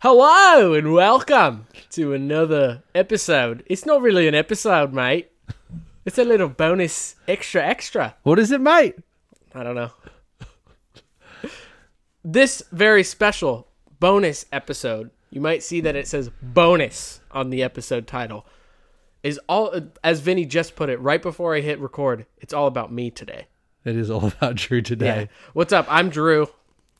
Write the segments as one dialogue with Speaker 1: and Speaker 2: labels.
Speaker 1: Hello and welcome to another episode. It's not really an episode, mate. It's a little bonus extra extra.
Speaker 2: What is it, mate?
Speaker 1: I don't know. This very special bonus episode, you might see that it says bonus on the episode title, is all, as Vinny just put it right before I hit record, it's all about me today.
Speaker 2: It is all about Drew today.
Speaker 1: What's up? I'm Drew.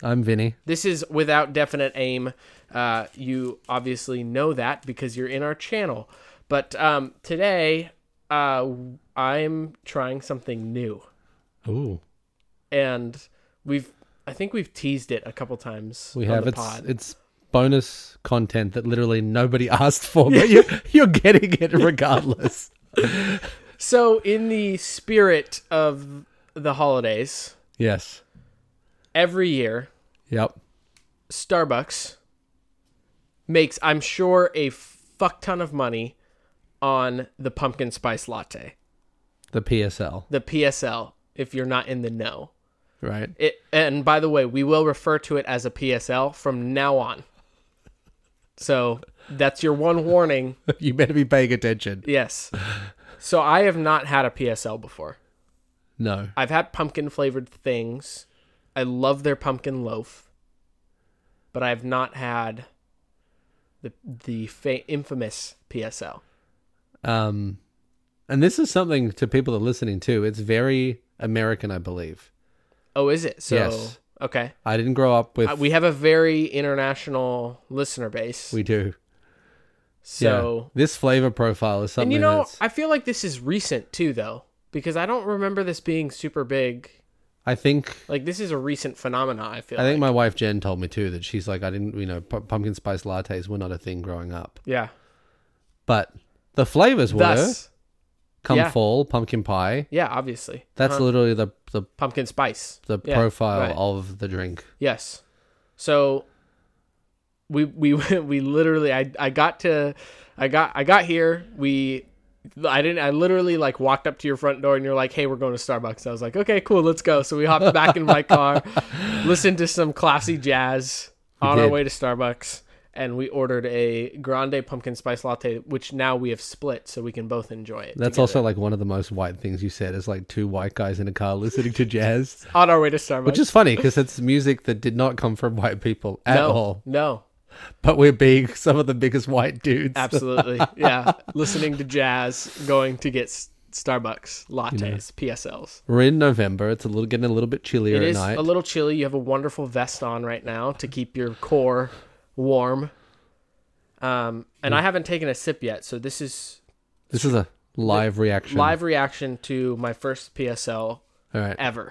Speaker 2: I'm Vinny.
Speaker 1: This is without definite aim. Uh, you obviously know that because you're in our channel. But um, today, uh, I'm trying something new,
Speaker 2: Ooh,
Speaker 1: and we've I think we've teased it a couple times.
Speaker 2: we
Speaker 1: on
Speaker 2: have
Speaker 1: the
Speaker 2: it's
Speaker 1: pod.
Speaker 2: it's bonus content that literally nobody asked for, but you you're getting it regardless.
Speaker 1: So, in the spirit of the holidays,
Speaker 2: yes.
Speaker 1: every year
Speaker 2: Yep.
Speaker 1: Starbucks makes, I'm sure, a fuck ton of money on the pumpkin spice latte,
Speaker 2: The PSL.
Speaker 1: the PSL. If you're not in the know,
Speaker 2: Right.
Speaker 1: It, and by the way, we will refer to it as a PSL from now on. So that's your one warning.
Speaker 2: you better be paying attention.
Speaker 1: Yes. So I have not had a PSL before.
Speaker 2: No.
Speaker 1: I've had pumpkin flavored things. I love their pumpkin loaf, but I've not had the the fa- infamous PSL.
Speaker 2: Um and this is something to people that are listening too. It's very American, I believe.
Speaker 1: Oh, is it? So
Speaker 2: Yes.
Speaker 1: okay,
Speaker 2: I didn't grow up with
Speaker 1: Uh, we have a very international listener base.
Speaker 2: we do.
Speaker 1: so
Speaker 2: yeah. this flavor profile is something
Speaker 1: And you know,
Speaker 2: that's
Speaker 1: I feel like this is recent too, though, because I don't remember this being super big.
Speaker 2: I think
Speaker 1: Like this is a recent phenomenon. I feel.
Speaker 2: I
Speaker 1: like.
Speaker 2: think my wife Jen told me too that she's like I didn't you know pu- pumpkin spice lattes were not a thing growing up,
Speaker 1: Yeah.
Speaker 2: but the flavors were
Speaker 1: Thus.
Speaker 2: come
Speaker 1: yeah.
Speaker 2: fall pumpkin pie.
Speaker 1: Yeah. Obviously.
Speaker 2: That's literally the the
Speaker 1: Pumpkin spice.
Speaker 2: the
Speaker 1: Yeah,
Speaker 2: profile
Speaker 1: right.
Speaker 2: of the drink.
Speaker 1: Yes. So. We we we literally I I got to, I got I got here. We. I didn't. I literally like walked up to your front door, and you're like, "Hey, we're going to Starbucks." I was like, "Okay, cool, let's go." So we hopped back in my car, listened to some classy jazz on our
Speaker 2: did.
Speaker 1: way to Starbucks, and we ordered a grande pumpkin spice latte, which now we have split, so we can both enjoy it.
Speaker 2: That's
Speaker 1: together.
Speaker 2: also like one of the most white things you said is like two white guys in a car listening to jazz,
Speaker 1: on our way to Starbucks.
Speaker 2: which is funny because it's music that did not come from white people at
Speaker 1: no,
Speaker 2: all.
Speaker 1: no,
Speaker 2: But we're being some of the biggest white dudes.
Speaker 1: absolutely, yeah. Listening to jazz, going to get s- Starbucks lattes, PSLs.
Speaker 2: We're in November. It's a little getting a little bit chillier
Speaker 1: It
Speaker 2: at
Speaker 1: is
Speaker 2: night.
Speaker 1: a little chilly. You have a wonderful vest on right now to keep your core warm. Um, and I haven't taken a sip yet, so this is
Speaker 2: this is a live reaction.
Speaker 1: live reaction to my first PSL
Speaker 2: All right.
Speaker 1: ever.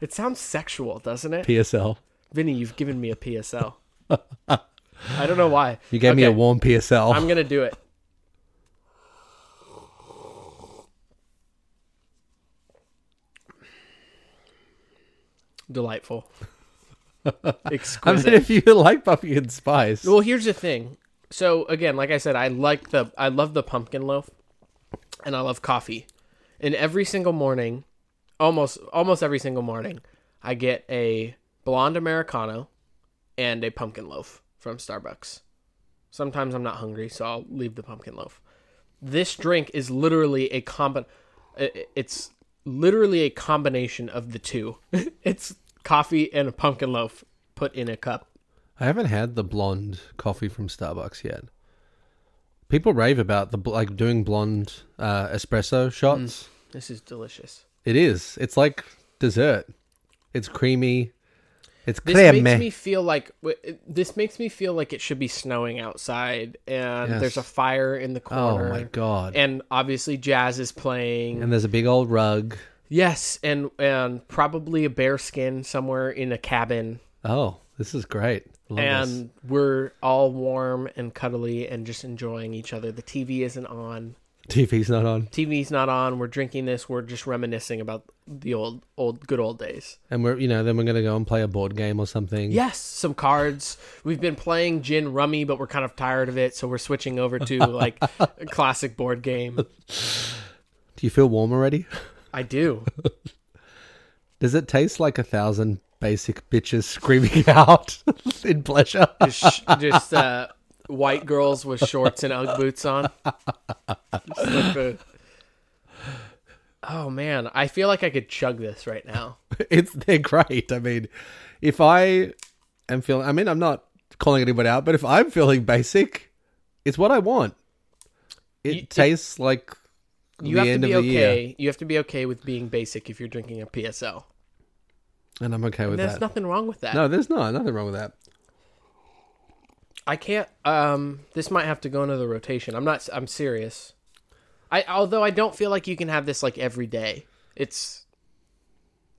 Speaker 1: It sounds sexual, doesn't it?
Speaker 2: PSL.
Speaker 1: Vinny, you've given me a PSL. I don't know why.
Speaker 2: You gave me a
Speaker 1: Okay,
Speaker 2: warm PSL.
Speaker 1: I'm gonna do it. Delightful.
Speaker 2: I mean,
Speaker 1: Exquisite.
Speaker 2: if you like pumpkin spice,
Speaker 1: Well, here's the thing. So again, like I said, I like the I love the pumpkin loaf, and I love coffee. And every single morning, almost almost every single morning, I get a blonde americano and a pumpkin loaf from Starbucks. Sometimes I'm not hungry, so I'll leave the pumpkin loaf. This drink is literally a combi- i- i- It's literally a combination of the two. it's coffee and a pumpkin loaf put in a cup.
Speaker 2: I haven't had the blonde coffee from Starbucks yet. People rave about the bl- like doing blonde uh, espresso shots.
Speaker 1: This is delicious.
Speaker 2: It is. It's like dessert. It's creamy. It's
Speaker 1: This
Speaker 2: creamy.
Speaker 1: makes me feel like w- this makes me feel like it should be snowing outside, and
Speaker 2: Yes.
Speaker 1: there's a fire in the
Speaker 2: oh
Speaker 1: corner.
Speaker 2: my god! And,
Speaker 1: And obviously, jazz is playing.
Speaker 2: there's a big old rug.
Speaker 1: yes, and and probably a bear skin somewhere in a cabin,
Speaker 2: Oh, this is great. Love this.
Speaker 1: and we're all warm and cuddly and just enjoying each other. The TV isn't on.
Speaker 2: TV's not on,
Speaker 1: TV's not on. We're drinking this. We're just reminiscing about the old old good old days.
Speaker 2: and we're you know then we're gonna go and play a board game or something.
Speaker 1: Yes, some cards. We've been playing gin rummy, but we're kind of tired of it, so we're switching over to like a classic board game.
Speaker 2: Do you feel warm already?
Speaker 1: I do.
Speaker 2: Does it taste like a thousand basic bitches screaming out in pleasure.
Speaker 1: Just, sh- just uh, white girls with shorts and UGG boots on. Just like the- Oh man, I feel like I could chug this right now.
Speaker 2: it's they're great. I mean, if I am feeling, I mean, I'm not calling anyone out, but if I'm feeling basic, it's what I want. It
Speaker 1: You- it-
Speaker 2: tastes like
Speaker 1: You
Speaker 2: the
Speaker 1: have
Speaker 2: end
Speaker 1: to be
Speaker 2: of the year,
Speaker 1: okay. You have to be okay with being basic if you're drinking a PSL.
Speaker 2: and I'm okay with
Speaker 1: There's
Speaker 2: that.
Speaker 1: nothing wrong with that.
Speaker 2: no, there's not nothing wrong with that.
Speaker 1: I can't. Um, this might have to go into the rotation. I'm not. I'm serious. I although I don't feel like you can have this like every day. It's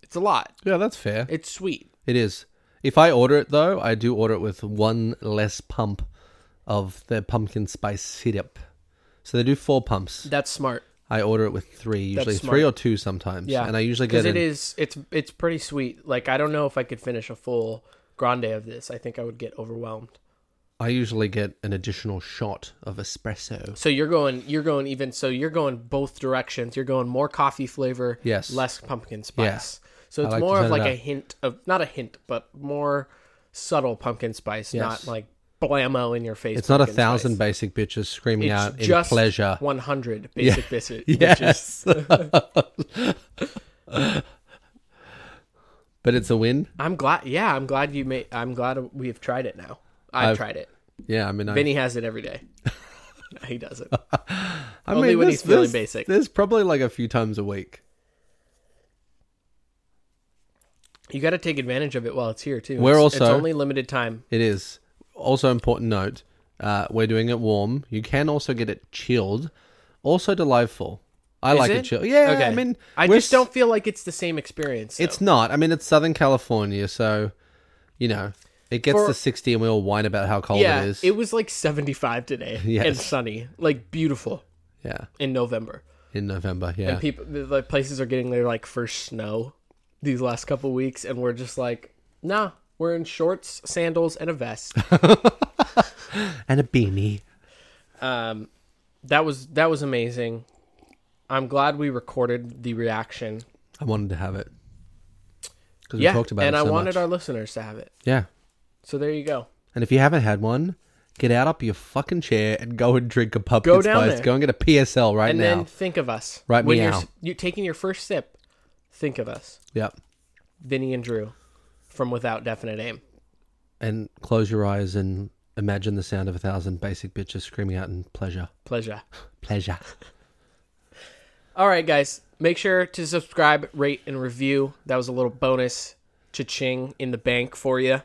Speaker 1: it's a lot.
Speaker 2: Yeah, that's fair.
Speaker 1: It's sweet.
Speaker 2: It is. If I order it though, I do order it with one less pump of the pumpkin spice syrup. So they do four pumps.
Speaker 1: That's smart
Speaker 2: I order it with three, usually
Speaker 1: smart.
Speaker 2: three or two sometimes.
Speaker 1: Yeah,
Speaker 2: and I usually
Speaker 1: because
Speaker 2: get
Speaker 1: it
Speaker 2: an-
Speaker 1: is. It's it's pretty sweet. Like I don't know if I could finish a full grande of this. I think I would get overwhelmed.
Speaker 2: I usually get an additional shot of espresso.
Speaker 1: So you're going. You're going even. So you're going both directions. You're going more coffee flavor.
Speaker 2: Yes.
Speaker 1: Less pumpkin spice. So
Speaker 2: I
Speaker 1: it's
Speaker 2: like to
Speaker 1: more
Speaker 2: turn
Speaker 1: of
Speaker 2: it
Speaker 1: like
Speaker 2: up.
Speaker 1: a hint of not a hint, but more subtle pumpkin spice, not
Speaker 2: Yes.
Speaker 1: like blammo in your face.
Speaker 2: It's not a
Speaker 1: pumpkin spice.
Speaker 2: thousand basic bitches screaming out
Speaker 1: It's
Speaker 2: in
Speaker 1: just
Speaker 2: pleasure.
Speaker 1: One hundred basic basic.
Speaker 2: Yes. but it's a win.
Speaker 1: I'm glad. Yeah, I'm glad you made. I'm glad we've tried it now. I've
Speaker 2: I've-
Speaker 1: tried it.
Speaker 2: Yeah, I mean, I,
Speaker 1: Vinny has it every day. No, he doesn't.
Speaker 2: I
Speaker 1: only
Speaker 2: mean,
Speaker 1: when he's
Speaker 2: there's-
Speaker 1: feeling
Speaker 2: there's-
Speaker 1: basic.
Speaker 2: There's probably like a few times a week.
Speaker 1: You got to take advantage of it while it's here too.
Speaker 2: We're
Speaker 1: It's- it's
Speaker 2: also-
Speaker 1: only limited time.
Speaker 2: It is. Also, important note uh, we're doing it warm. You can also get it chilled. Also, delightful. I like it,
Speaker 1: it?
Speaker 2: chilled. Yeah, I mean,
Speaker 1: I
Speaker 2: we're
Speaker 1: just
Speaker 2: s-
Speaker 1: don't feel like it's the same experience. though.
Speaker 2: It's not. I mean, it's Southern California, so, you know, it gets
Speaker 1: For-
Speaker 2: to 60 and we all whine about how cold
Speaker 1: yeah.
Speaker 2: it is.
Speaker 1: was like 75 today
Speaker 2: Yes.
Speaker 1: and sunny, like beautiful
Speaker 2: yeah,
Speaker 1: in November.
Speaker 2: in November. Yeah.
Speaker 1: And people, the the places are getting their like first snow these last couple weeks, and we're just like, nah, we're in shorts, sandals, and a vest.
Speaker 2: and a beanie.
Speaker 1: um, that was that was amazing. I'm glad we recorded the reaction.
Speaker 2: I wanted to have it because
Speaker 1: yeah,
Speaker 2: we talked about
Speaker 1: and
Speaker 2: it.
Speaker 1: I
Speaker 2: so
Speaker 1: wanted
Speaker 2: much.
Speaker 1: our listeners to have it.
Speaker 2: yeah.
Speaker 1: So there you go.
Speaker 2: And if you haven't had one, get out up your fucking chair and go and drink a pumpkin
Speaker 1: Go down
Speaker 2: spice.
Speaker 1: there.
Speaker 2: Go and get a PSL right
Speaker 1: and
Speaker 2: now.
Speaker 1: then think of us.
Speaker 2: Write
Speaker 1: when
Speaker 2: me
Speaker 1: you're,
Speaker 2: out.
Speaker 1: s- you taking your first sip, think of us,
Speaker 2: Yep.
Speaker 1: Vinny and Drew, from Without Definite Aim.
Speaker 2: And close your eyes and imagine the sound of a thousand basic bitches screaming out in pleasure.
Speaker 1: Pleasure.
Speaker 2: Pleasure.
Speaker 1: All right, guys, make sure to subscribe, rate, and review. That was a little bonus, cha-ching in the bank for you.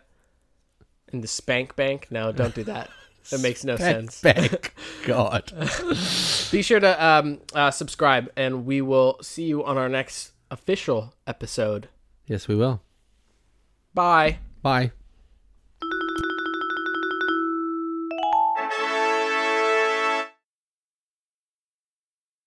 Speaker 1: In the spank bank. No, don't do that. That makes no sense.
Speaker 2: Thank God.
Speaker 1: Be sure to um, uh, subscribe, and we will see you on our next official episode.
Speaker 2: yes, we will.
Speaker 1: Bye.
Speaker 2: Bye.